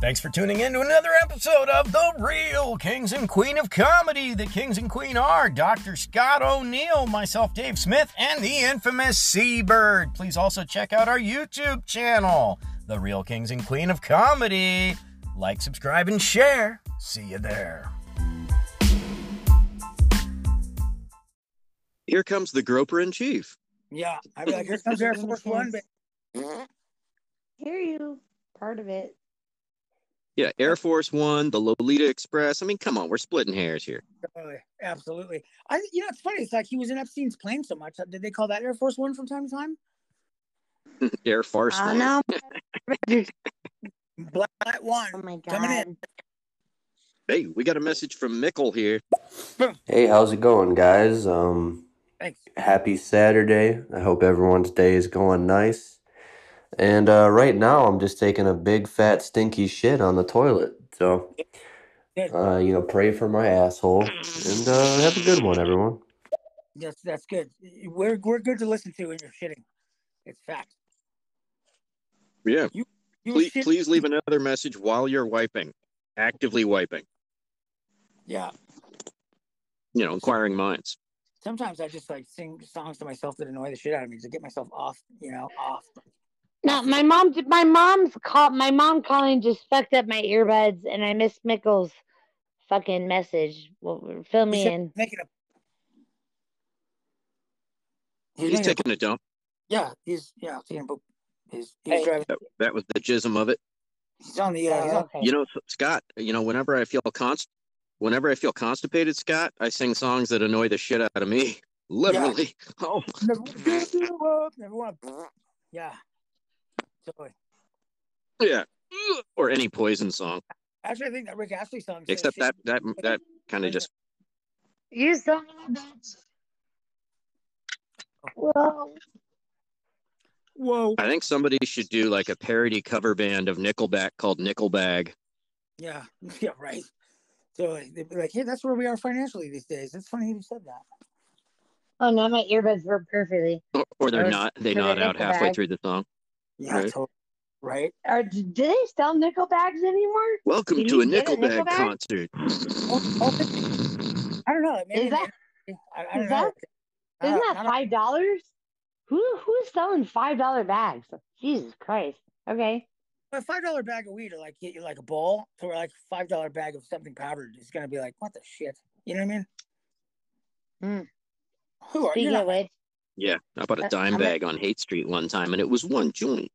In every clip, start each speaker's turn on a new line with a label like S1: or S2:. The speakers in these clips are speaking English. S1: Thanks for tuning in to another episode of The Real Kings and Queen of Comedy. The Kings and Queen are Dr. Scott O'Neill, myself, Dave Smith, and the infamous Seabird. Please also check out our YouTube channel, The Real Kings and Queen of Comedy. Like, subscribe, and share. See you there.
S2: Here comes the groper in chief.
S3: Yeah, I'd be like, here comes Air Force One. but-
S4: Hmm? Hear you. Part of it.
S2: Yeah, Air Force One, the Lolita Express. I mean, come on, we're splitting hairs here.
S3: Absolutely, absolutely. I, you know, it's funny. It's like he was in Epstein's plane so much. uh, Did they call that Air Force One from time to time?
S2: Air Force
S4: Oh
S2: One.
S4: no.
S3: Black Light One.
S4: Oh my
S3: Coming in.
S4: god.
S2: Hey, we got a message from Mickle here.
S5: Hey, how's it going, guys? Um,
S3: Thanks.
S5: happy Saturday. I hope everyone's day is going nice. And uh, right now, I'm just taking a big fat stinky shit on the toilet. So, uh, you know, pray for my asshole and uh, have a good one, everyone.
S3: That's that's good. We're we're good to listen to when you're shitting. It's fact.
S2: Yeah,
S3: You were
S2: please,
S3: shit-
S2: please leave another message while you're wiping, actively wiping.
S3: Yeah.
S2: You know, inquiring minds.
S3: Sometimes I just like sing songs to myself that annoy the shit out of me to get myself off. You know, off.
S4: No, my mom did my mom's call my mom calling just fucked up my earbuds and I missed Mickle's fucking message. Well, fill me
S3: should-
S4: in.
S3: Making a.
S2: He's
S3: making a-
S2: taking a dump.
S3: yeah, he's yeah, taking a poop. He's, he's driving.
S2: That, that was the jism of it.
S3: He's on the. Uh, he's
S4: Oh,
S3: on,
S4: okay.
S2: You know, Scott. You know, whenever I feel const, whenever I feel constipated, Scott, I sing songs that annoy the shit out of me. Literally. Oh,
S3: Never wanna give you up, never wanna- Yeah. Totally.
S2: yeah. Or any poison song,
S3: Actually, I think that Rick Astley song. says
S2: except
S3: shit.
S2: that that that kind of just
S4: You son of a bitch. Well,
S3: Whoa.
S2: I think somebody should do like a parody cover band of Nickelback called Nickelbag.
S3: Yeah. Yeah. Right. So like, they'd be like, "Hey, that's where we are financially these days." It's funny you said that.
S4: oh no, my earbuds work perfectly.
S2: Or, or they're
S4: Or-
S2: not they
S4: or they're
S2: nod out halfway
S4: Nickelbag.
S2: through the song.
S3: Yeah.
S2: Right.
S3: Totally. Right.
S4: Are do they sell nickel bags anymore?
S2: Welcome
S4: Did
S2: to a
S4: you get a
S2: Nickelbag,
S4: Nickelback?
S2: concert.
S3: Oh, oh, but- I don't know. Maybe
S4: Is that-
S3: they- I, I don't
S4: is
S3: know. Uh, I
S4: Isn't
S3: don't-
S4: that
S3: I don't-
S4: five dollars? Who who's selling five dollar bags? Jesus Christ. Okay.
S3: a five dollar bag of weed or like get you like a bowl to where like five dollar bag of something powdered is gonna be like what the shit? You know what I mean?
S4: Hmm.
S3: Who are you?
S4: Speaking of which,
S2: yeah, I bought a
S4: Uh,
S2: dime
S4: I'm a-
S2: bag on Hate Street one time, and it was one joint.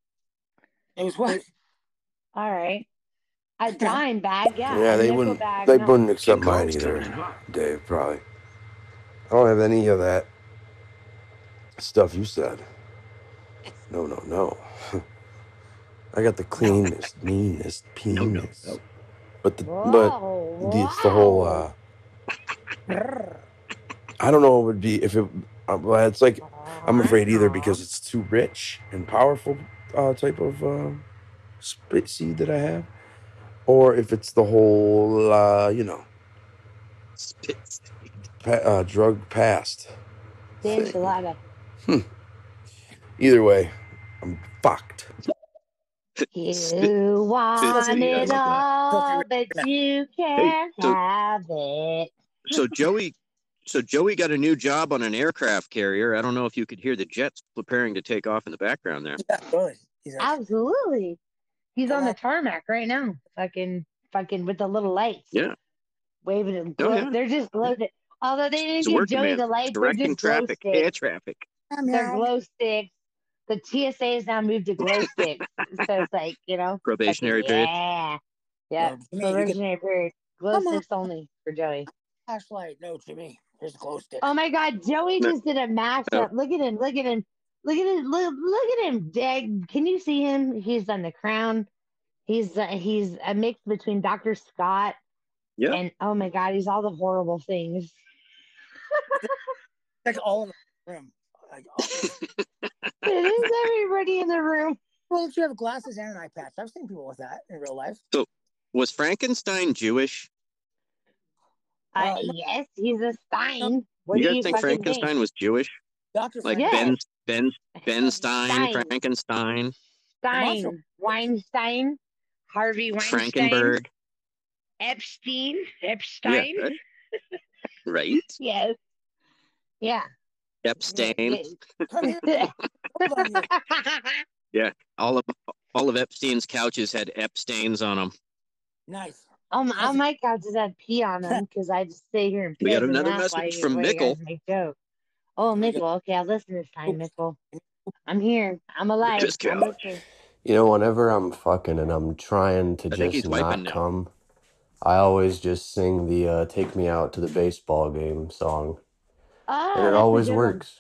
S3: It was what?
S4: all right. A dime bag, yeah.
S6: Yeah,
S4: a
S6: they
S4: nickel
S6: wouldn't.
S4: bag,
S6: They
S4: no.
S6: wouldn't accept mine either, Dave. Probably. I don't have any of that stuff you said. No, no, no. I got the cleanest, meanest
S2: No, no,
S6: penis.
S2: no.
S6: But the
S4: Whoa,
S6: but it's the whole.
S4: wow.
S6: uh I don't know. It would be if it. uh, well, it's like I'm afraid either because it's too rich and powerful uh, type of uh, spit seed that I have, or if it's the whole uh, you know
S2: Spits.
S6: pa- uh, drug past.
S4: the enchilada.
S6: Either way, I'm fucked.
S4: You want
S2: Spit-
S4: it
S2: Spit-
S4: all, but you can't
S2: so-
S4: have it.
S2: So Joey, so Joey got a new job on an aircraft carrier. I don't know if you could hear the jets preparing to take off in the background there.
S3: Yeah, totally. He's like,
S4: Absolutely. He's on the
S3: Wow.
S4: tarmac right now. Fucking fucking with the little lights.
S2: Yeah.
S4: Waving it.
S2: Oh, yeah.
S4: They're just gloated. Although they didn't
S2: He's a
S4: give
S2: working
S4: Joey
S2: man,
S4: the lights, they're
S2: directing
S4: just glow
S2: traffic,
S4: sticks.
S2: air traffic.
S4: They're glow sticks. The TSA has now moved to glow sticks. so it's like, you know.
S2: Probationary
S4: fucking-
S2: period.
S4: Yeah. Yeah.
S3: Yeah, Um, you mean you could-
S4: Probationary period. Glow
S3: Come on.
S4: sticks only for Joey.
S3: flashlight. No, Jimmy. Here's a glow stick.
S4: Oh my God, Joey
S2: No.
S4: just did a mashup. Look at him. Look at him. Look at him. Look, look at him. Dag, can you see him? He's on the crown. He's uh, he's a mix between Dr. Scott
S2: Yeah.
S4: and oh my God, he's all the horrible things.
S3: like all in the room. Like, all-
S4: It is everybody in the room.
S3: well, if you have glasses and an eye patch, I've seen people with that in real life.
S2: Was Frankenstein Jewish?
S4: Uh,
S3: Uh, no.
S4: yes, he's a Stein. What
S2: you
S4: do
S2: guys
S4: you
S2: think
S4: fucking think?
S2: Frankenstein was Jewish?
S3: Doctor,
S2: Like
S4: Yeah.
S2: Ben Ben Ben Stein,
S4: Stein.
S2: Frankenstein.
S4: Stein, Weinstein, Harvey Weinstein,
S2: Frankenberg.
S4: Epstein, Epstein.
S2: Yeah, right?
S4: Yes. Yeah.
S2: Epstein.
S3: Honey,
S2: All of all of Epstein's couches had Epstein's on them.
S3: nice.
S4: Um, on my couch is that pee on them because I just stay here and
S2: We got
S4: piss and
S2: another
S4: laugh while
S2: message
S4: you-
S2: from
S4: while you guys
S2: Mickle.
S4: make jokes. Oh, Mickle. Okay, I'll listen this time, Mickle. I'm here. I'm alive.
S2: Just
S4: I'm
S2: couch.
S4: with you.
S5: You know, whenever I'm fucking and I'm trying to
S2: think
S5: just
S2: he's wiping
S5: not
S2: now.
S5: come, I always just sing the uh, "Take Me Out to the Baseball Game" song,
S4: Oh,
S5: and it
S4: that's a
S5: always
S4: good one.
S5: works.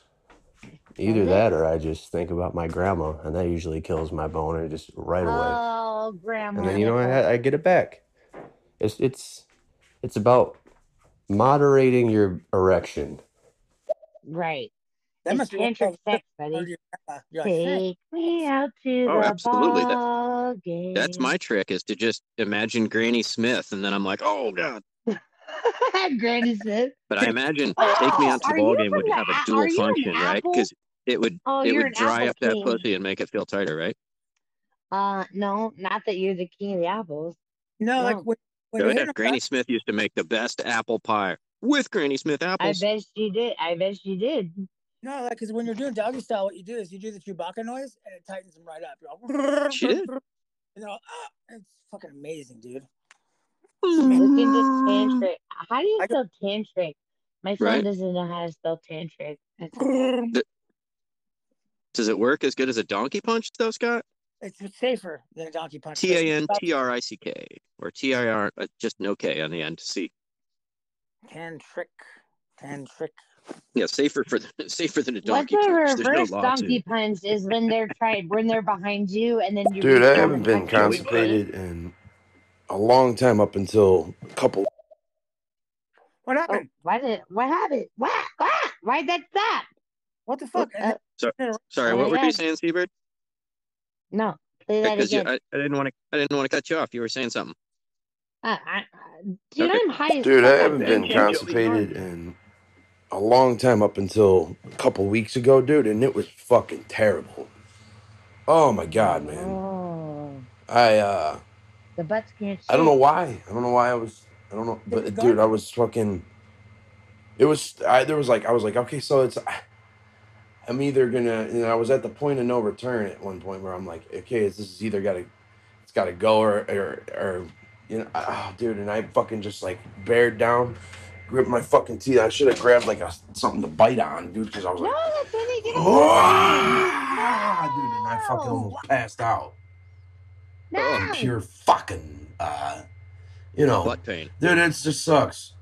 S5: Either
S4: Is it?
S5: that, or I just think about my grandma, and that usually kills my boner just right away.
S4: Oh, grandma.
S5: And then you know,
S4: Mickle.
S5: I, I get it back. It's it's it's about moderating your erection.
S4: right.
S3: That
S4: it's
S3: must be
S4: tantric sex,
S3: You're
S4: buddy.
S3: like, shit.
S4: Take me out to
S2: Oh,
S4: the
S2: absolutely. That-
S4: ball game.
S2: That's my trick is to just imagine Granny Smith, and then I'm like, oh god.
S4: Granny Smith.
S2: But I imagine
S4: Oh,
S2: take me out to
S4: are
S2: the ball
S4: you
S2: game would
S4: from
S2: have
S4: the
S2: a
S4: a-
S2: dual
S4: are you an
S2: function, right?
S4: apple?
S2: Because it would
S4: Oh,
S2: it
S4: you're
S2: would
S4: an
S2: dry
S4: apple
S2: up that
S4: king.
S2: pussy and make it feel tighter, right?
S4: Uh, no, not that you're the king of the apples.
S3: No, like
S4: No.
S3: when, when
S2: So
S3: they
S2: yeah,
S3: hit a
S2: Granny Smith used to make the best apple pie with Granny Smith
S4: I
S2: apples.
S4: bet she did. I bet she did.
S3: No, like because when you're doing doggy style, what you do is you do the Chewbacca noise and it tightens them right up. You're all,
S2: She did.
S3: And they're all, ah, it's fucking amazing, dude.
S2: Mm-hmm.
S4: Look into tantric. How do you
S3: I
S4: spell tantric? My son
S2: Right.
S4: doesn't know how to spell tantric. That's-
S2: Does it work as good as a donkey punch though, Scott?
S3: It's safer than a donkey punch.
S2: T A N T R I C K or T I R uh, just no K on the end. See,
S3: Tan trick. Tan trick.
S2: yeah, safer for the, safer than a
S4: What's
S2: donkey
S4: a
S2: punch.
S4: reverse
S2: There's no law
S4: donkey
S2: to
S4: punch is when they're tried when they're behind you and then you
S6: Dude,
S4: reach
S6: I
S4: down
S6: haven't
S4: and
S6: been
S4: touch their face.
S6: constipated in a long time up until a couple.
S3: What
S4: Oh,
S3: happened?
S4: why did what happened? What what? Why'd that stop?
S3: What the fuck?
S4: Uh,
S2: Sorry,
S4: Oh
S2: what
S4: my
S2: were you
S4: God.
S2: saying, Seabird?
S4: no, play that
S2: Because you,
S4: again.
S2: I, I didn't want to I didn't want to cut you off. You were saying something.
S4: Uh, I, I- dude,
S2: Okay.
S4: I'm high as
S6: Dude, I
S4: fuck.
S6: haven't been
S4: Can't do it.
S6: constipated in a long time up until a couple weeks ago, dude, and it was fucking terrible. Oh my god, man.
S4: Oh,
S6: I uh
S4: the butts can't.
S6: I don't know
S4: shake.
S6: why. I don't know why I was. I don't know,
S3: you
S6: but
S3: go.
S6: dude, I was fucking. It was. I there was like I was like okay, so it's. I'm either gonna. And I was at the point of no return at one point where I'm like, okay, this is either gotta, it's gotta go or or or, you know, oh, dude, and I fucking just like bared down, gripped my fucking teeth. I should have grabbed like a something to bite on, dude, because I was
S4: No,
S6: like,
S4: that's when they get.
S6: Oh, "Ah," dude, and I fucking almost passed out.
S4: No.
S6: Pure fucking, uh, you know,
S2: Butt pain.
S6: Dude, it just sucks.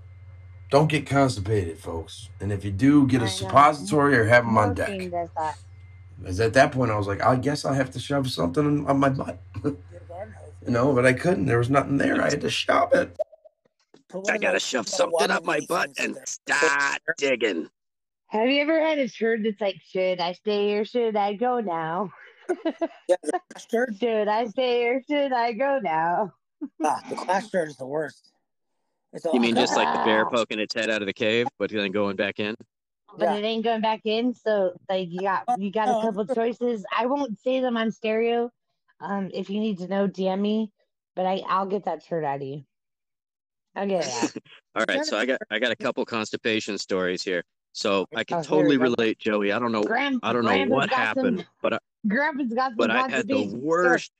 S6: Don't get constipated, folks. And if you do, get
S4: I
S6: a
S4: know.
S6: suppository or have them on
S4: Morphine
S6: deck.
S4: does that.
S6: Because at that point, I was like, I guess I have to shove something in- on my butt. You know, but I couldn't. There was nothing there. I had to shove it.
S2: I gotta shove something up my butt and start digging.
S4: Have you ever had a turd that's like, should I stay here? Should I go now?
S3: Sure.
S4: Should I stay here? Should I go now?
S3: Ah, the class shirt is the worst. It's all,
S2: You mean just like the bear
S4: Ah.
S2: poking its head out of the cave, but then going back in?
S4: But
S3: Yeah.
S4: it ain't going back in, so like you got you got a
S3: Oh.
S4: couple choices. I won't say them on stereo. Um, if you need to know, DM me. But I I'll get that turd out of you. I'll get it. Out.
S2: All right, so I got I got a couple constipation stories here. So I can
S4: Oh, here
S2: totally
S4: we go.
S2: relate, Joey. I don't know
S4: Grand,
S2: I don't know
S4: Grandpa's
S2: what
S4: got
S2: happened,
S4: Some,
S2: but I,
S4: Grandpa's got some.
S2: but I had the
S4: constipation. Sure.
S2: worst.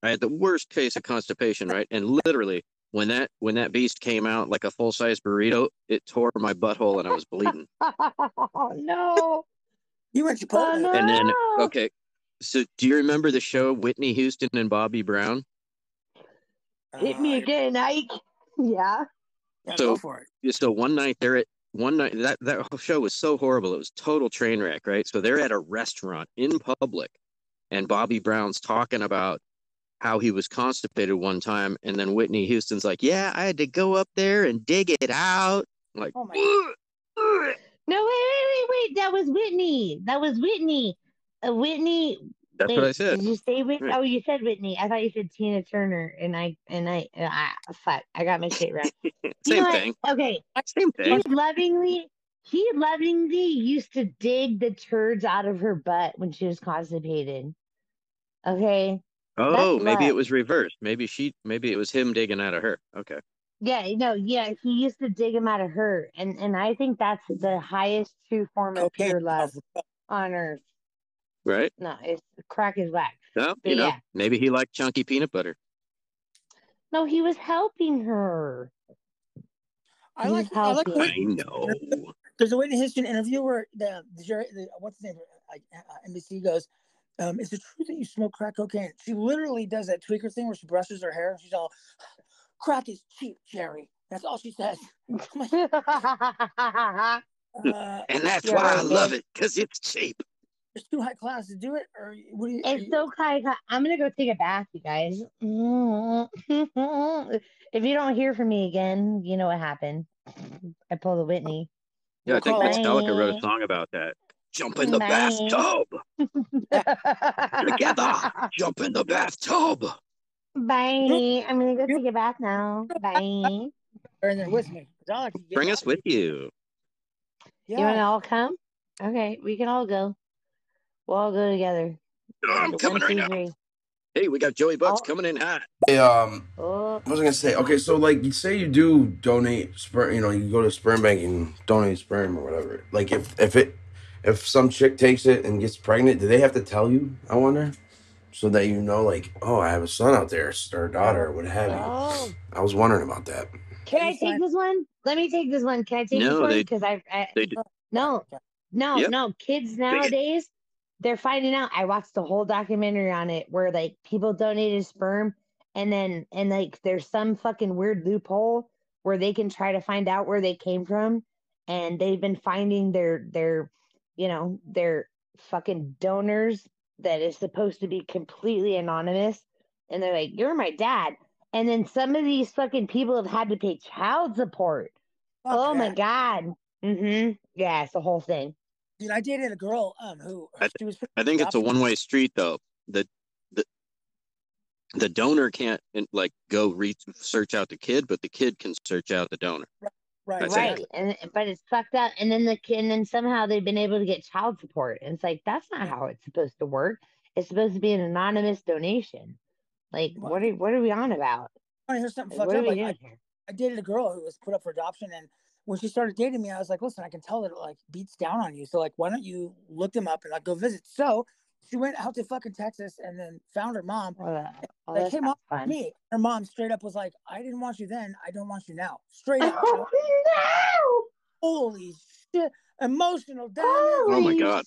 S2: I had the worst case of constipation, right? And literally, when that when that beast came out like a full size burrito, it tore my butthole and I was bleeding.
S4: Oh no!
S3: you went Chipotle.
S4: Oh, no.
S2: And then okay, so do you remember the show Whitney Houston and Bobby Brown?
S4: Hit me
S3: Ah,
S4: again, Ike. Yeah.
S3: yeah,
S2: So-
S3: go for it.
S2: So one night they're at one night that that whole show was so horrible, it was total train wreck, right? So they're at a restaurant in public, and Bobby Brown's talking about how he was constipated one time, and then Whitney Houston's like, "Yeah, I had to go up there and dig it out." I'm like,
S3: Oh my
S2: "Ugh, ugh."
S4: No, wait, wait, wait, wait. That was Whitney. That was Whitney. Uh, Whitney.
S2: that's
S4: wait,
S2: what I said.
S4: Did you say Whitney?
S2: Right.
S4: Oh, you said Whitney. I thought you said Tina Turner, and I and I, and I fuck. I got my shit right. You know
S2: Same
S4: what?
S2: thing.
S4: Okay.
S2: Same
S4: He
S2: thing.
S4: lovingly, he lovingly used to dig the turds out of her butt when she was constipated. Okay.
S2: Oh,
S4: That's
S2: maybe
S4: right.
S2: it was reversed. Maybe she, maybe it was him digging out of her. Okay.
S4: Yeah, no, yeah, he used to dig him out of her, and and I think that's the highest true form of
S3: Cocaine
S4: pure
S3: is
S4: love
S3: awful.
S4: on earth.
S2: Right.
S4: No, it's crack is whack.
S2: Well, you know,
S4: Yeah.
S2: maybe he liked chunky peanut butter.
S4: No, he was helping her.
S3: I
S4: He's
S3: like. I like.
S4: healthy.
S2: I know.
S3: There's a Whitney Houston interview where the, the jury, the, what's the name, like uh, NBC goes, um, "Is it true that you smoke crack cocaine?" She literally does that tweaker thing where she brushes her hair and she's all, "Crack is cheap, Jerry." That's all she says. I'm like, uh,
S2: And that's
S4: Yeah,
S2: why I
S4: right,
S2: love
S4: babe.
S2: it because it's cheap.
S3: it's too high class to do it, or what do you?
S4: it's so kind. I'm gonna go take a bath, you guys. if you don't hear from me again, you know what happened. I pulled a Whitney.
S2: Yeah, I think
S3: Bye.
S2: Metallica wrote a song about that. Jump in the
S4: Bye.
S2: bathtub. Together. Jump in the bathtub.
S4: Bye. I'm gonna go take a bath now. Bye.
S3: Or in there with me. It's all I can get
S2: Bring
S3: out.
S2: us with you.
S4: You want to
S3: Yeah.
S4: all come? Okay, we can all go. We'll all go together.
S2: Oh, I'm
S4: One,
S2: coming right
S4: two,
S2: now.
S4: three.
S2: Hey, we got Joey Bucks
S4: Oh.
S2: coming in hot.
S6: Hey, um,
S4: Oh,
S6: What was I gonna say? Okay, so like, you say you do donate sperm. You know, you go to sperm bank and donate sperm or whatever. Like, if if it if some chick takes it and gets pregnant, do they have to tell you? I wonder, so that you know, like, oh, I have a son out there or a daughter or what have you.
S4: oh.
S6: I was wondering about that.
S4: Can
S3: You
S4: I take
S3: sign-
S4: this one? Let me take this one. Can I take
S2: No,
S4: this one?
S2: they-
S4: Because I, I
S2: They d-
S4: no, no,
S2: Yep.
S4: no. Kids nowadays, they're finding out. I watched the whole documentary on it where like people donated sperm, and then and like there's some fucking weird loophole where they can try to find out where they came from, and they've been finding their their, you know, their fucking donors that is supposed to be completely anonymous, and they're like, "You're my dad." And then some of these fucking people have had to pay child support.
S3: Fuck
S4: oh my
S3: that.
S4: god. Mm-hmm. Yeah, it's the whole thing.
S3: Dude, I dated a girl um who
S2: I-
S3: she was
S2: I think it's a one way street though. The the the donor can't and, like go re- search out the kid, but the kid can search out the donor.
S3: right.
S2: That's
S4: right. And but it's fucked up. And then the ki- and then somehow they've been able to get child support. And it's like that's not how it's supposed to work. It's supposed to be an anonymous donation. Like
S3: What?
S4: what are what are we on about?
S3: Want to hear something fucked
S4: Like, what are
S3: up?
S4: we
S3: Like, I,
S4: doing here?
S3: I dated a girl who was put up for adoption, and when she started dating me, I was like, "Listen, I can tell that it like beats down on you. So like, why don't you look them up and like go visit?" So she went out to fucking Texas and then found her mom.
S4: All that, all
S3: They
S4: Oh, that's
S3: came
S4: not
S3: up
S4: fun.
S3: Me, her mom straight up was like, "I didn't want you then. I don't want you now." Straight up,
S4: Oh no!
S3: holy shit, emotional damage.
S2: Oh my
S4: Holy
S2: God.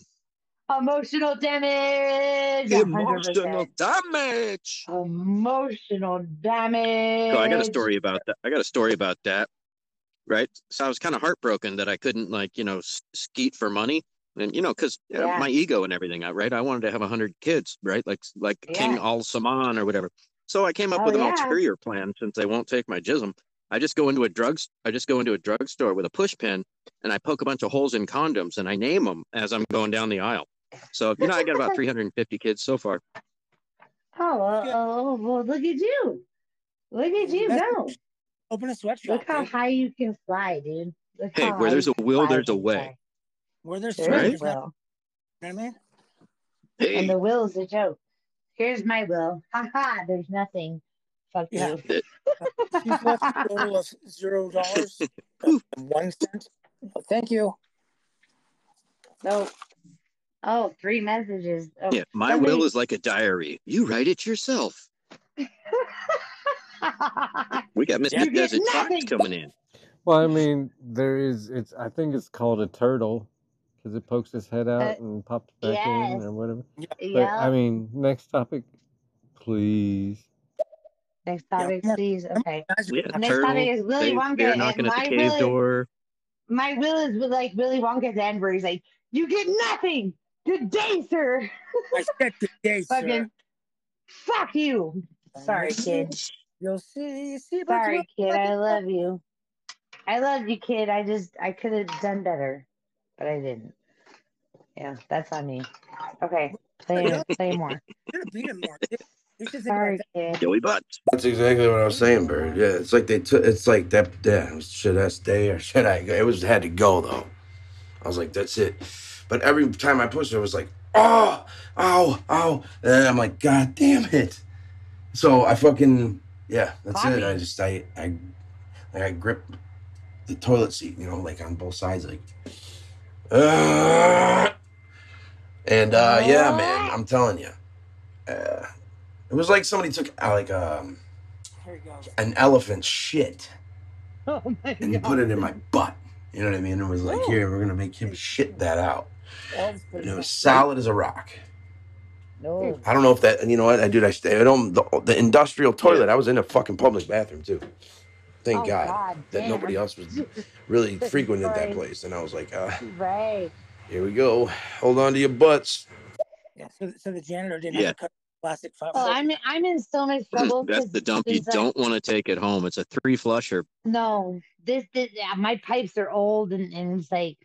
S4: Emotional damage. 100%.
S6: no,
S2: Emotional damage.
S4: Emotional damage.
S2: So I got a story about that. I got a story about that. Right. So I was kind of heartbroken that I couldn't like you know s- skeet for money. And you know, because
S4: Yeah.
S2: my ego and everything, uh, right? I wanted to have a hundred kids, right? Like, like King
S4: Yeah.
S2: Al Saman or whatever. So I came up
S4: Oh,
S2: with an
S4: yeah.
S2: ulterior plan since they won't take my jism. I just go into a drugs. I just go into a drugstore with a push pin and I poke a bunch of holes in condoms and I name them as I'm going down the aisle. So you know, I got about 350 kids so far.
S4: Oh, well, oh, well, look at you. Look at you
S3: That's-
S4: go.
S3: Open a sweatshop.
S4: Look how
S3: dude.
S4: high you can fly, dude. Look
S2: Hey,
S4: how
S2: where
S4: high
S2: there's
S4: Oh, you
S2: a
S4: can
S2: will,
S4: fly
S2: there's a
S4: with
S2: way.
S4: that.
S3: where there's
S4: There
S2: Right?
S4: is a
S3: sweaters,
S4: will.
S3: you know what I mean?
S4: And
S2: Hey,
S4: the will is a joke. Here's my will. Ha ha, there's nothing. Fuck
S3: Yeah.
S4: you.
S3: She left a total of zero dollars, and one cent. Oh, Thank you.
S4: No. Oh, three messages. Oh.
S2: yeah, my
S4: somebody-
S2: will is like a diary. You write it yourself. We got Mr.
S4: You get
S2: Desert Fox
S4: nothing.
S2: coming in.
S7: Well, I mean, there is. It's. I think it's called a turtle because it pokes its head out and pops back in
S4: yes.
S7: or whatever. But I
S4: yeah.
S7: mean, next topic, please.
S4: Next
S3: Yeah,
S4: topic,
S3: I'm-
S4: please. Okay.
S3: Guys,
S2: We had a
S4: Next
S2: turtle.
S4: topic is Willy
S2: They,
S4: Wonka
S2: they're
S4: and
S2: knocking at
S4: my
S2: the cave
S4: will is
S2: door.
S4: my will is with like Willy Wonka's end, where he's like, "You get nothing. Good day, sir.
S3: I said good day, sir.
S4: Fucking fuck you." Sorry, kid.
S3: You'll see. see but
S4: Sorry,
S3: you-
S4: kid. I love you. I love you, kid. I just I could have done better, but I didn't. Yeah, that's on me. Okay, play play more.
S3: You should have beat him more. dude. You should think about
S4: Sorry,
S3: that.
S4: kid.
S2: Joey Butts.
S6: That's exactly what I was saying, Bird. Yeah, it's like they took. It's like that. Yeah, should I stay or should I go? It was had to go though. I was like, that's it. But every time I pushed it, it was like, oh, ow, ow, and then I'm like, god damn it. So I fucking yeah, that's
S4: Coffee.
S6: it. I just I I like I grip the toilet seat, you know, like on both sides, like. "Ugh." and uh, yeah, man, I'm telling you, uh, it was like somebody took uh, like um,
S3: Here he goes.
S6: an elephant shit
S4: Oh my
S6: and
S4: god.
S6: put it in my butt. You know what I mean? It was like, here, we're gonna make him shit that out.
S3: Elvis put
S6: And
S3: his
S6: it
S3: hand-
S6: was solid as a rock.
S3: No.
S6: I don't know if that. You know what? I dude, I, st- I don't. The, the industrial toilet. I was in a fucking public bathroom too. Thank
S4: Oh,
S6: God,
S4: God
S6: that
S4: damn.
S6: nobody else was really frequented that
S4: Sorry.
S6: place. And I was like, uh,
S4: Right.
S6: here we go. Hold on to your butts.
S3: Yeah, so, so the janitor didn't
S2: Yeah.
S3: have to cut plastic. fi-
S4: Well, Oh, I'm I'm in so much trouble.
S2: That's
S4: 'cause
S2: the dump you
S4: things like-
S2: don't want to take it home. It's a three flusher.
S4: No, this, this yeah, my pipes are old, and, and it's like,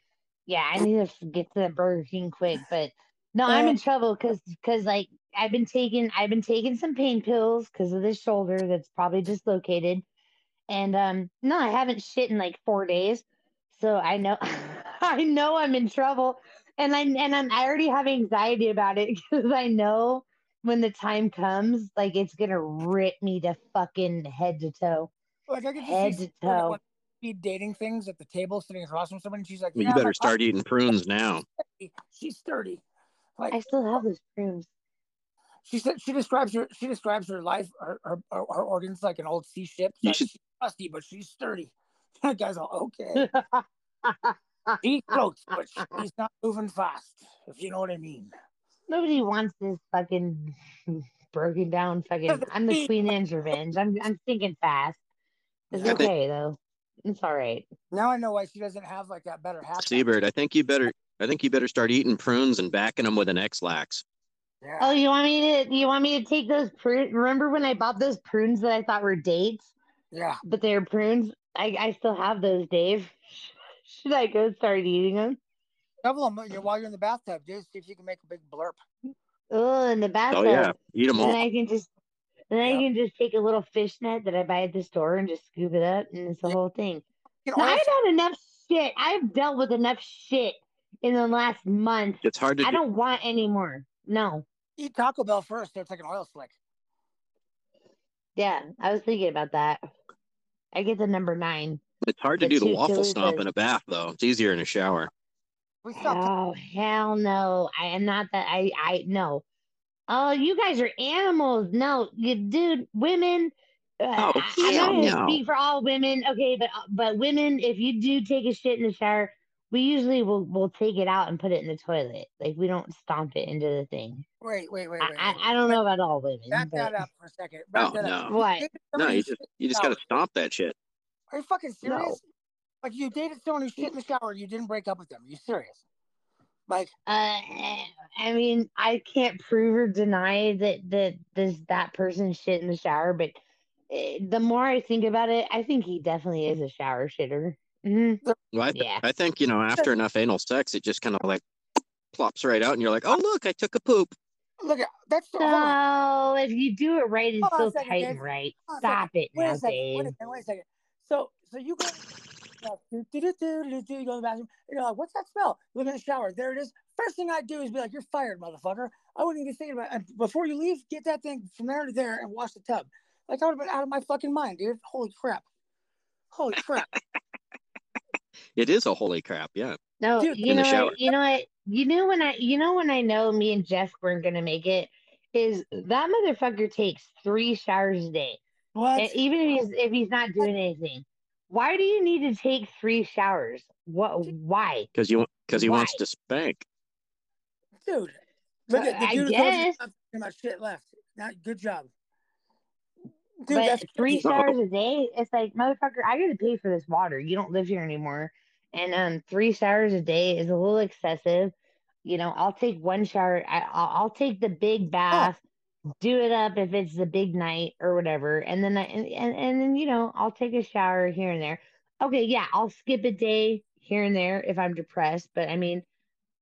S4: yeah, I need to f- get to the Burger King quick. But no, I'm in trouble because like I've been taking I've been taking some pain pills because of this shoulder that's probably dislocated, and um, no, I haven't shit in like four days, so I know I know I'm in trouble, and I and I'm, I already have anxiety about it because I know when the time comes, like it's gonna rip me to fucking head to toe.
S3: like I could just
S4: Head
S3: see
S4: to
S3: someone at
S4: toe.
S3: one speed dating things at the table, sitting across from someone. And she's like,
S2: You
S3: "Yeah, my
S2: better start eating prunes now.
S3: coffee." She's thirty. Like
S4: I still have those prunes.
S3: she said, she describes her she describes her life, her her, her, her organs like an old sea ship.
S2: You
S3: Like,
S2: should-
S3: she's rusty, but she's sturdy. That guy's all okay. She floats, but she's not moving fast. If you know what I mean.
S4: Nobody wants this fucking broken down fucking. I'm the Queen Anne's Revenge. I'm I'm thinking fast. It's
S2: I think-
S4: okay though. It's all right.
S3: Now I know why she doesn't have like that better half.
S2: Seabird, I think you better. I think you better start eating prunes and backing them with an X-lax.
S3: Yeah.
S4: Oh, you want me to? You want me to take those prunes? Remember when I bought those prunes that I thought were dates,
S3: yeah.
S4: but they were prunes? I I still have those, Dave. Should I go start eating them?
S3: Double them uh, while you're in the bathtub. Just see if you can make a big blurp.
S4: Oh, in the bathtub.
S2: Oh yeah, eat them
S4: And
S2: all.
S4: I can just then I
S3: Yeah.
S4: can just take a little fishnet that I buy at the store and just scoop it up, and it's the
S3: Yeah.
S4: whole thing.
S3: You know,
S4: No,
S3: all-
S4: I've had enough shit. I've dealt with enough shit in the last month.
S2: It's hard to.
S4: I
S2: do-
S4: don't want any more. No.
S3: eat Taco Bell first. So it's like an oil slick.
S4: Yeah, I was thinking about that. I get the number nine.
S2: It's hard to
S4: the
S2: do the
S4: two
S2: waffle
S4: killers
S2: stomp
S4: are-
S2: in a bath though. It's easier in a shower.
S3: We stopped.
S4: Oh hell no! I am not that. I I no. Oh, you guys are animals. No, you dude, women. Uh,
S2: Oh,
S4: I- I'm not
S2: hell
S4: gonna
S2: no.
S4: speak for all women, okay? But uh, but women, if you do take a shit in the shower, we usually will will take it out and put it in the toilet. Like we don't stomp it into the thing.
S3: Wait, wait, wait,
S4: I,
S3: wait. wait.
S4: I, I don't know about all women.
S3: Back
S4: but
S3: that up for a second. Back
S2: Oh
S3: that up.
S2: no,
S4: What?
S3: Dated
S2: no,
S3: someone who
S2: you just
S3: shit in
S2: you
S3: the
S2: just gotta
S3: shower.
S2: stomp that shit.
S3: Are you fucking serious?
S4: No.
S3: Like you dated someone who shit in the shower and you didn't break up with them. Are you serious? Like
S4: Uh, I mean, I can't prove or deny that that this that person shit in the shower, but eh, the more I think about it, I think he definitely is a shower shitter. hmm
S2: Well, I, th-
S4: Yeah.
S2: I think you know after enough anal sex, it just kind of like plops right out, and you're like, oh look, I took a poop.
S3: look at that's the hold on.
S4: So if you do it right, it's
S3: Hold on a
S4: so
S3: second,
S4: tight
S3: Dave.
S4: and right.
S3: Hold on a
S4: Stop it
S3: Wait
S4: now,
S3: a second. Wait a
S4: Dave.
S3: second. Wait a second. So so you go yeah, do, do, do, do, do, do, you go to the bathroom. You're like, what's that smell? Look in the shower. There it is. First thing I do is be like, you're fired, motherfucker. I wouldn't even be thinking about it. And Before you leave, get that thing from there to there and wash the tub. Like, I would have been out of my fucking mind, dude. Holy crap. Holy crap.
S2: It is a holy crap, yeah.
S4: No,
S3: Dude,
S4: you
S2: in the
S4: know
S2: shower.
S4: what? You know what? You know when I you know when I know me and Jeff weren't gonna make it is that motherfucker takes three showers a day.
S3: What?
S4: And even if he's if he's not doing anything, why do you need to take three showers? What? Why?
S2: Because you because he wants
S4: Why?
S2: to spank.
S3: Dude, look at the
S4: I
S3: dude who told you
S4: guess.
S3: not thinking about shit left. Not good job. Dude,
S4: but
S3: that's crazy.
S4: three showers a day, it's like motherfucker. I gotta pay for this water. You don't live here anymore, and um, three showers a day is a little excessive. You know, I'll take one shower. I, I'll, I'll take the
S3: Oh.
S4: big bath. Do it up if it's the big night or whatever, and then I, and, and and then you know I'll take a shower here and there. Okay, yeah, I'll skip a day here and there if I'm depressed. But I mean,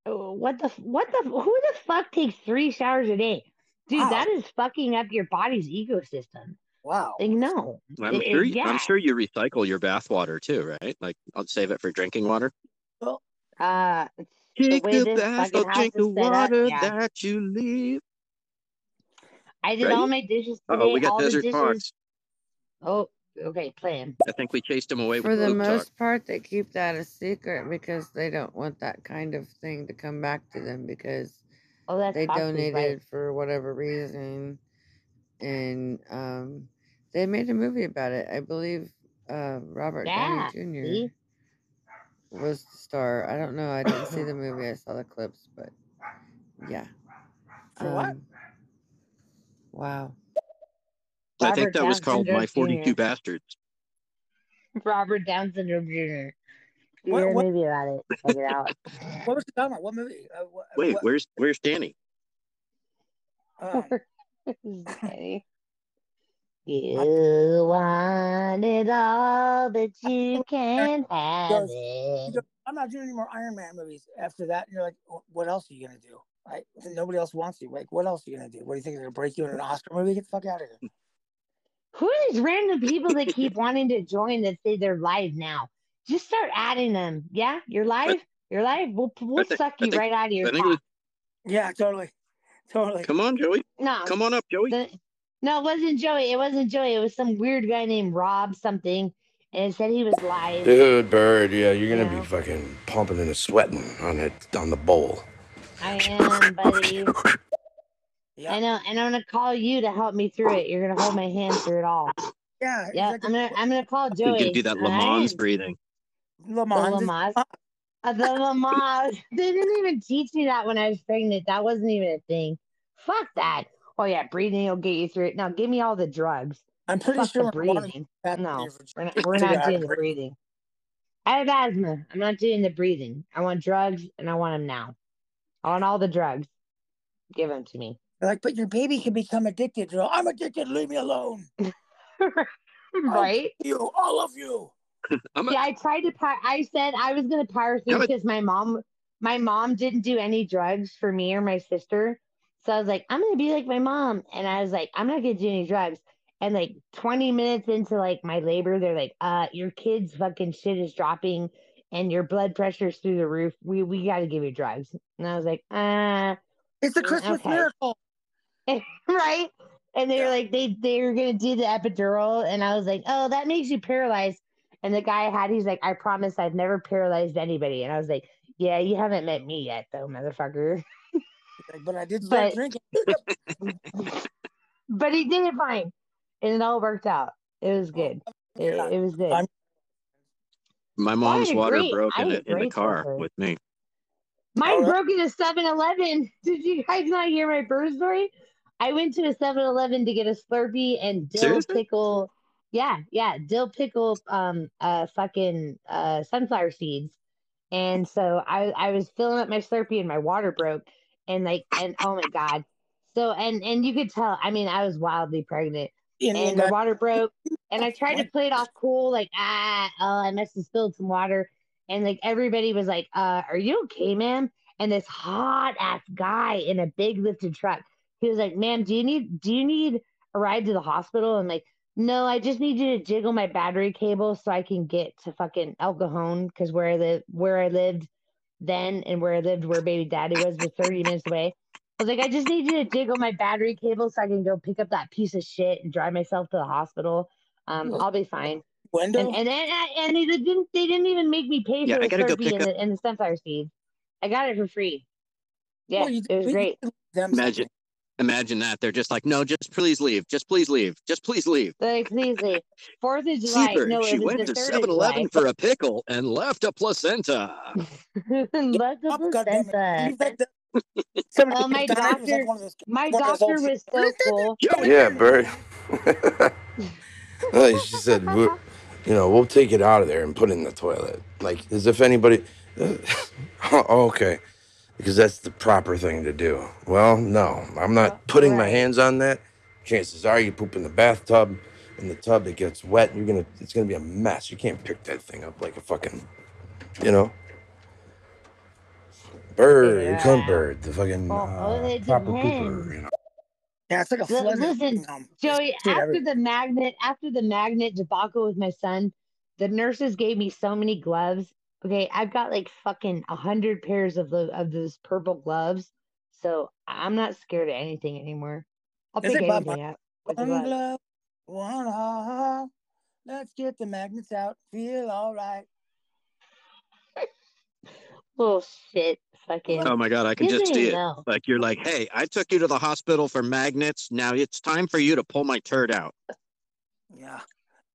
S4: Oh, What the f- what the f- who the fuck takes three showers a day? Dude,
S3: Wow.
S4: that is fucking up your body's ecosystem.
S3: Wow.
S4: Like no.
S2: I'm
S4: It- it-
S2: sure. you-
S4: yeah.
S2: I'm sure you recycle your bath water too, right? Like I'll save it for drinking water.
S4: Uh the
S2: Take
S4: way
S2: a
S4: this
S2: bath,
S4: fucking
S2: I'll
S4: house
S2: drink
S4: is
S2: the
S4: set up,
S2: water
S4: yeah.
S2: that you leave.
S4: I did
S2: Ready?
S4: all my dishes today.
S2: Oh, we got
S4: all the
S2: desert
S4: dishes.
S2: fox.
S4: Oh, okay, plan.
S2: I think we chased him away
S8: For
S2: with
S8: the
S2: Globe Talk.
S8: most part, they keep that a secret because they don't want that kind of thing to come back to them because
S4: Oh, that's
S8: they
S4: Foxy's
S8: donated
S4: life.
S8: for whatever reason, and um, they made a movie about it. I believe uh, Robert
S4: Yeah,
S8: Downey
S4: see?
S8: Jr. was the star. I don't know. I didn't see the movie. I saw the clips, but yeah. Um,
S3: For what?
S8: Wow.
S2: I think
S4: Robert
S2: that was
S4: Down
S2: called
S4: syndrome
S2: My 42
S4: Jr.
S2: Bastards.
S4: Robert Down syndrome Jr. He
S3: What-
S4: made a
S3: what-
S4: movie about it. Check it out.
S3: What was it talking about? What movie? Uh, what,
S2: Wait,
S3: what,
S2: where's where's Danny?
S3: um,
S4: Danny. You want it all, but you can't have
S3: Goes- you
S4: it.
S3: go, I'm not doing any more Iron Man movies after that. And you're like, "Wh- what else are you gonna do? Like nobody else wants you. Like, what else are you gonna do? What do you think they're gonna break you in an Oscar movie? Get the fuck out of here.
S4: Who are these random people that keep wanting to join that say they're live now? Just start adding them. Yeah, you're live. You're live. We'll, we'll
S2: think-
S4: suck
S2: I
S4: you
S2: think-
S4: right out of
S2: I
S4: your
S2: think it was-
S4: cock.
S3: Yeah, totally, totally.
S2: Come on, Joey.
S4: No,
S2: Come on up, Joey.
S4: Um, the, no, it wasn't Joey. It wasn't Joey. It was some weird guy named Rob something, and it said he was live.
S6: Dude, Bird, yeah, you're
S4: You
S6: gonna be
S4: know,
S6: fucking pumping and sweating on it on the bowl.
S4: I am, buddy.
S3: Yeah,
S4: I know, and I'm gonna call you to help me through it. You're gonna hold my hand through it all.
S3: yeah. It's
S4: Yeah,
S3: like
S4: I'm gonna I'm gonna call
S2: You can do
S4: Joey.
S2: that
S4: All right,
S2: Lamont's breathing.
S3: Le
S4: the
S3: Mans.
S4: Lamas.
S3: Uh,
S4: Uh, the Lamas. They didn't even teach me that when I was pregnant. That wasn't even a thing. Fuck that. Oh yeah, breathing will get you through it. Now give me all the drugs.
S3: I'm pretty
S4: Fuck the
S3: sure marijuana
S4: breathing. No,
S3: is
S4: we're not.
S3: bad for
S4: We're
S3: your
S4: not doing the
S3: for your
S4: breathing. I have asthma. I'm not doing the breathing. I want drugs, and I want them now. I want all the drugs. Give them to me.
S3: Like, but your baby can become addicted. You're like, I'm addicted. Leave me alone.
S4: Oh, right?
S3: You, all of you.
S2: I'm a,
S4: Yeah, I tried to. Power, I said I was going to power
S2: how
S4: through
S2: about
S4: because my mom, my mom didn't do any drugs for me or my sister. So I was like, I'm going to be like my mom, and I was like, I'm not going to do any drugs. And like 20 minutes into like my labor, they're like, "Uh, your kid's fucking shit is dropping, and your blood pressure's through the roof. We we got to give you drugs." And I was like, "Uh,
S3: It's a
S4: mm,
S3: Christmas
S4: okay."
S3: miracle.
S4: right? And they were
S3: Yeah.
S4: like, they they were gonna do the epidural, and I was like, oh, that makes you paralyzed. And the guy I had, he's like, I promise I've never paralyzed anybody. And I was like, yeah, you haven't met me yet, though, motherfucker.
S3: Like, But I did start
S4: But
S3: drinking.
S4: but he did it fine, and it all worked out. It was good. It, it was good.
S3: I'm-
S2: my
S4: Well, I
S2: mom's
S4: had a
S2: water
S4: great,
S2: broke
S4: I
S2: in
S4: had
S2: the in
S4: a
S2: the
S4: great
S2: car
S4: suffer.
S2: with me.
S3: All
S4: Mine
S3: right.
S4: broke into 7 Eleven. Did you guys not hear my birth story? I went to a 7 Eleven to get a Slurpee and dill
S2: Seriously?
S4: pickle. Yeah, yeah, dill pickle, um, uh, fucking uh, sunflower seeds. And so I, I was filling up my Slurpee and my water broke. And like, and oh my God. So, and, and you could tell, I mean, I was wildly pregnant
S3: Indian
S4: and my
S3: guy.
S4: water broke. And I tried to
S3: What?
S4: play it off cool, like, ah, oh, I must have spilled some water. And like everybody was like, uh, are you okay, ma'am? And this hot ass guy in a big lifted truck, he was like, ma'am, do you need do you need a ride to the hospital? And like, no, I just need you to jiggle my battery cable so I can get to fucking El Cajon because where I live where I lived then and where I lived where baby daddy was was 30 minutes away. I was like, I just need you to jiggle my battery cable so I can go pick up that piece of shit and drive myself to the hospital. Um, I'll be fine. And
S3: Window?
S4: and and, and they didn't they didn't even make me pay
S2: Yeah,
S4: for
S2: I
S4: the
S2: gotta go
S4: Slurpee
S2: pick
S4: and
S2: up.
S4: the and the sunflower seeds. I got it for free. Yeah,
S3: Well, you,
S4: it was
S3: you
S4: great.
S3: give them
S2: Imagine
S3: something.
S2: imagine that. They're just like, no, just please leave. Just please leave. Just please leave.
S4: They're like, please leave. Fourth of July.
S2: Seabird,
S4: No,
S2: she
S4: it was
S2: went
S4: the
S2: to
S4: third of
S2: 7
S4: July.
S2: Eleven for a pickle and left a placenta.
S3: Get
S4: Love the
S3: up, goddammit.
S4: placenta.
S3: Leave that. down. Somebody
S4: Oh, my
S3: that knife is like
S4: doctor,
S3: one of those,
S4: my
S3: one of those old.
S4: doctor was so cool.
S2: Joey!
S6: Yeah, Bird. Like she said, we you know, we'll take it out of there and put it in the toilet. Like as if anybody. Oh, okay, because that's the proper thing to do. Well, no, I'm
S4: Ri-
S6: not putting my
S4: right.
S6: hands on that. Chances are you poop in the bathtub. In the tub, it gets wet. You're gonna, it's gonna be a mess. You can't pick that thing up like a fucking, you know, bird, the cunt
S4: Yeah.
S6: bird, the fucking
S4: Well, oh,
S6: uh,
S4: they
S6: proper
S4: depend.
S6: pooper. You know.
S3: Yeah, it's like a
S4: Li-
S3: flood. It's
S4: Listen,
S3: um, there's
S4: Joey,
S3: shit
S4: after
S3: everywhere.
S4: the magnet, after the magnet debacle with my son, the nurses gave me so many gloves. Okay, I've got like fucking a hundred pairs of the of those purple gloves, so I'm not scared of anything anymore. I'll
S3: Is
S4: pick
S3: it Bob
S4: anything up. with the
S3: One
S4: butt.
S3: glove, one heart. Let's get the magnets out. Feel all right.
S4: Little shit. Fucking.
S2: Oh my god, I can
S4: He
S2: just
S4: doesn't
S2: see
S4: even
S2: it.
S4: know.
S2: Like you're like, hey, I took you to the hospital for magnets. Now it's time for you to pull my turd out.
S3: Yeah.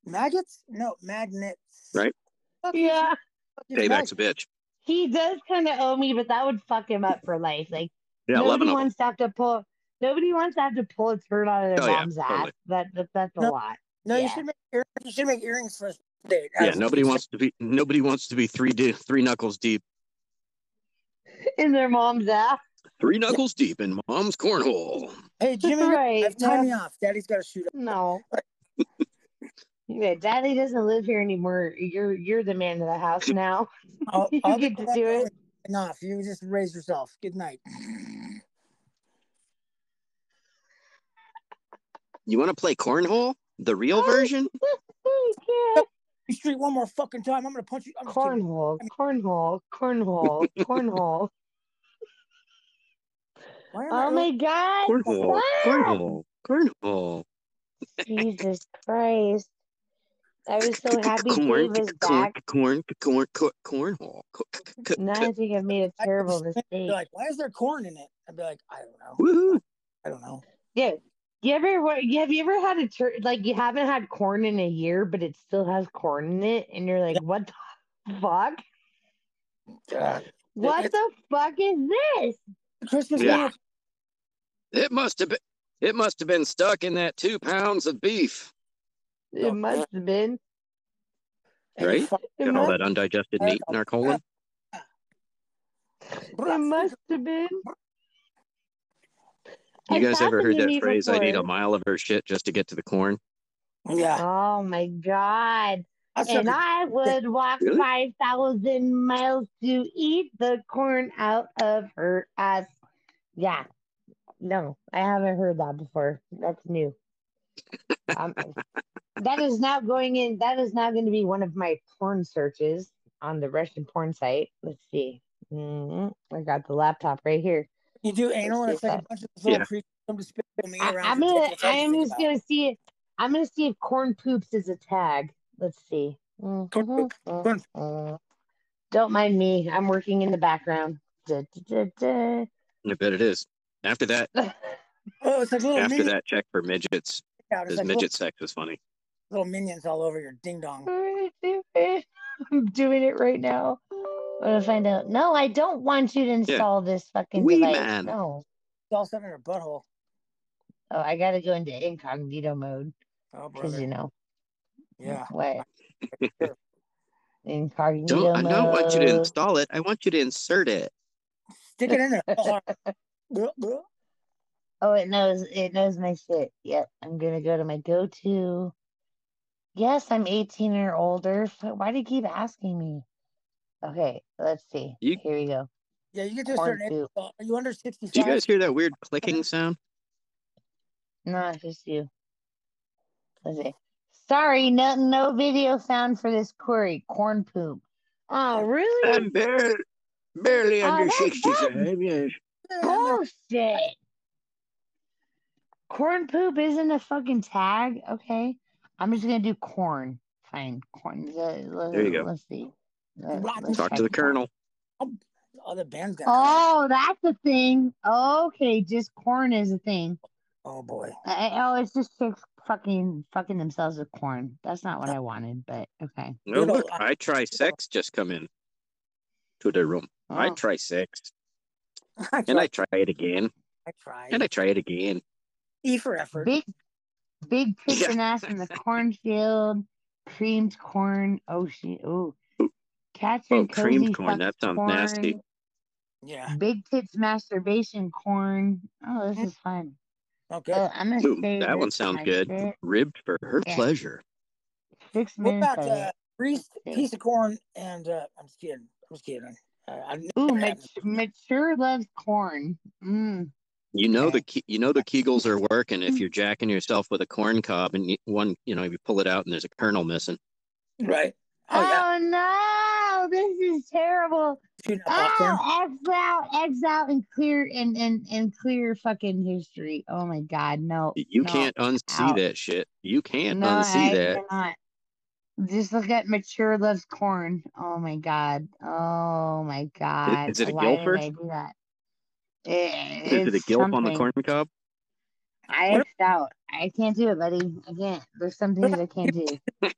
S3: Maggots? No, magnets.
S2: Right.
S3: Fuck you,
S4: Yeah.
S3: fuck you,
S2: Payback's a bitch.
S4: He does kind of owe me, but that would fuck him up for life. Like
S2: Yeah, eleven
S4: nobody
S2: of them.
S4: wants to have to pull. Nobody wants to have to pull a turd out of their
S2: Oh, yeah,
S4: mom's
S2: totally.
S4: ass. That, that that's a
S3: No.
S4: lot.
S3: No, you
S4: Yeah.
S3: should make ear- you should make earrings for a date.
S2: Yeah, nobody wants to be nobody wants to be three di- three knuckles deep,
S4: In their mom's ass.
S2: three knuckles deep in mom's cornhole.
S3: Hey Jimmy,
S4: Right.
S3: I have time
S4: no.
S3: me off. Daddy's got to shoot up.
S4: No. Yeah, Daddy doesn't live here anymore. You're you're the man of the house now.
S3: I'll,
S4: You
S3: I'll
S4: get
S3: be
S4: to do it.
S3: Enough. You just raise yourself. Good night.
S2: You want to play cornhole, the real version?
S4: yeah.
S3: You street one more fucking time. I'm gonna punch you. I'm just kidding.
S4: Cornhole, cornhole, cornhole, cornhole.
S3: Why am I
S4: Oh
S3: early?
S4: my god.
S2: Cornhole,
S4: Stop!
S2: cornhole, cornhole,
S4: Jesus Christ. I was so happy
S2: corn,
S4: Dave was
S2: corn,
S4: back.
S2: corn, corn, corn, cornhole. Co- co- co-
S4: Now
S2: co-
S4: I think I've made a
S3: I
S4: terrible
S3: just- Be
S4: mistake.
S3: like, why is there corn in it? I'd be like, I don't know.
S2: Woohoo!
S3: I don't know.
S4: Yeah. You ever wa- you- have you ever had a tur- like you haven't had corn in a year, but it still has corn in it, and you're like, what the fuck?
S3: God.
S4: What
S3: It-
S4: the fuck is this?
S3: Christmas
S2: Yeah.
S3: dinner.
S2: It must have been. It must have been stuck in that two pounds of beef,
S3: Oh,
S4: It must have been.
S3: And you
S2: right?
S3: fuck
S4: It
S2: Got all
S4: must.
S2: that undigested meat in our colon.
S4: It must have been.
S2: You
S4: It's
S2: guys ever
S4: happened
S2: heard
S4: to
S2: that
S4: me
S2: phrase? I need a
S4: before.
S2: mile of her shit just to get to the corn.
S3: Yeah.
S4: Oh my god.
S3: I suck
S4: And
S3: a
S4: I would walk
S2: Really?
S4: 5,000 miles to eat the corn out of her ass. Yeah. No, I haven't heard that before. That's new. Um, that is not going in. That is not going to be one of my porn searches on the Russian porn site. Let's see. Mhm. I got the laptop right here.
S3: You do anal, and it's like a
S4: Let's
S3: bunch of little
S2: Yeah.
S3: creatures come to spit on me
S4: I,
S3: around.
S4: I'm
S3: for
S4: gonna.
S3: ridiculous things to
S4: I'm
S3: think
S4: just
S3: about.
S4: gonna see it. I'm gonna see if corn poops is a tag. Let's see. Mm,
S3: Corn
S4: mhm,
S3: poop,
S4: mm,
S3: corn-
S4: mm. Don't mind me. I'm working in the background. Da, da, da,
S2: I bet it is. After that,
S4: da.
S3: Oh, it's like little
S2: after
S3: minions.
S2: that, check for midgets.
S3: Out. It's
S2: His
S3: like little,
S2: midget sex was funny.
S3: little minions all over your ding
S4: Hmm.
S3: dong.
S4: I'm doing it right now. I'm gonna find out. No, I don't want you to install this fucking
S2: Wee
S4: device.
S2: man.
S4: No.
S3: It's all stuff in your butthole.
S4: Oh, I gotta go into incognito mode
S3: Oh,
S4: because
S3: brother.
S4: you know
S3: Yeah.
S4: what
S3: Sure.
S2: Don't
S4: incognito
S2: I don't want you to
S4: mode.
S2: install it. I want you to insert it.
S3: Stick it in there. real hard. Blah, blah.
S4: Oh, it knows it knows my shit. Yep, I'm gonna go to my go-to. Yes, I'm 18 or older. F- Why do you keep asking me? Okay, let's see.
S2: You
S4: Here we go.
S3: Yeah, you get to a
S4: Corn
S3: certain age.
S4: poop.
S3: Are you under
S2: do you
S3: 65?
S2: guys hear that weird clicking sound?
S4: No, it's just you. Let's see. Sorry, no no video sound for this query. Corn poop. Oh, really?
S2: I'm barely barely
S4: Oh,
S2: under
S4: that's
S2: sixty
S4: bad.
S2: five. Yes.
S3: Yeah, I'm under-
S4: Bullshit. Corn poop isn't a fucking tag. Okay. I'm just gonna do corn. Fine. Corn. Uh, Let,
S2: There you go.
S4: us see. Let,
S3: rotten
S4: us
S2: Talk
S4: try
S2: to the
S4: corn.
S2: colonel.
S3: Oh, the band's gonna come. in.
S4: Oh, that's a thing. Okay, just corn is a thing.
S3: Oh boy.
S4: I, oh, it's just chicks fucking fucking themselves with corn. That's not what I wanted, but okay.
S2: No,
S3: Little.
S2: look, I try sex just come in to the room. I
S4: Oh.
S2: try sex.
S3: I
S2: And I
S3: tried.
S2: try it again.
S3: I tried.
S2: And I try it again.
S3: E for effort.
S4: Big big tits
S2: Yeah.
S4: and ass in the cornfield, creamed corn, ocean. Ooh, cats
S2: Oh,
S4: and
S2: creamed
S4: cozy
S2: corn.
S4: fucks
S2: That sounds nasty.
S4: corn,
S3: Yeah.
S4: big tits masturbation corn. Oh, this is fun.
S3: Oh, good.
S4: Oh, I'm gonna
S2: Ooh,
S4: save
S2: that
S4: this
S2: one
S4: for
S2: sounds
S4: my
S2: good.
S4: shit.
S2: Ribbed for her
S4: Yeah.
S2: pleasure.
S4: Six
S3: What
S4: minutes
S3: about
S4: of
S3: uh,
S4: it.
S3: greased
S4: Six.
S3: piece of corn and uh, I'm just kidding. I'm just kidding. Uh, I've
S4: Ooh,
S3: never
S4: mat-
S3: had.
S4: mature loves corn. Mm,
S2: You know the
S4: okay.
S2: Ke- you know the Kegels are working if
S4: Mm.
S2: you're jacking yourself with a corn cob and you, one you know you pull it out and there's a kernel missing.
S4: Ah!
S3: Right. Oh yeah.
S4: Oh no, this is terrible.
S3: shooting up off camera.
S4: Oh, exile, exile, and clear and and and clear fucking history. Oh my god, no,
S2: You
S4: no,
S2: can't unsee
S4: Out.
S2: that shit. You can't
S4: no,
S2: unsee
S4: I
S2: that.
S4: cannot. Just look at mature loves corn. Oh my god. Oh my god.
S2: is it a
S4: Why
S2: Guilford?
S4: did I do that? It-
S2: Is it a
S4: it's
S2: gilf on the
S4: something.
S2: corn cob?
S4: I
S3: What-
S4: X'd out. I can't do it, buddy. I can't. There's some
S3: What
S4: things I can't do.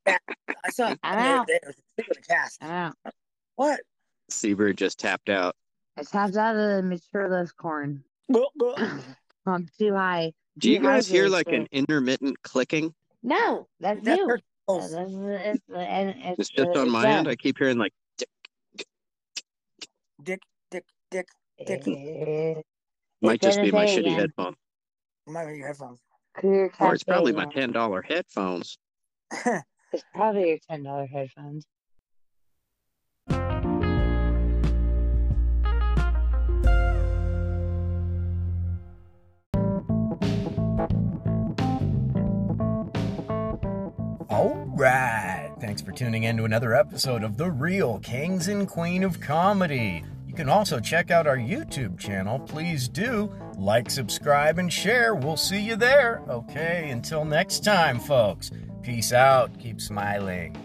S3: I saw it
S4: I'm
S3: the other
S4: out.
S3: day. It was a with a cast.
S4: I don't.
S3: What?
S2: Seabird just tapped out.
S4: I tapped out of the mature loves corn.
S3: Well, well,
S4: Ah! I'm too high.
S2: Do you guys hear
S4: Dehydrated
S2: like an
S4: shit.
S2: intermittent clicking?
S4: No, that's
S3: that
S4: you.
S3: hurt. Oh,
S4: That's, it's, and it's, uh,
S2: It's just on
S4: it's
S2: my
S4: them.
S2: end. I keep hearing like
S3: Dick, Dick, Dick.
S4: It
S2: might just
S4: gonna
S2: be my
S4: say
S2: shitty
S4: again.
S2: headphones,
S3: Remind me of your headphones.
S4: Clear
S2: or it's
S4: Cafe
S2: probably my
S4: again.
S2: ten dollar headphones.
S4: It's probably your ten dollar headphones.
S6: All right. Thanks for tuning in to another episode of The Real Kings and Queen of Comedy. You can also check out our YouTube channel. Please do like, subscribe, and share. We'll see you there. Okay, until next time, folks. Peace out. Keep smiling.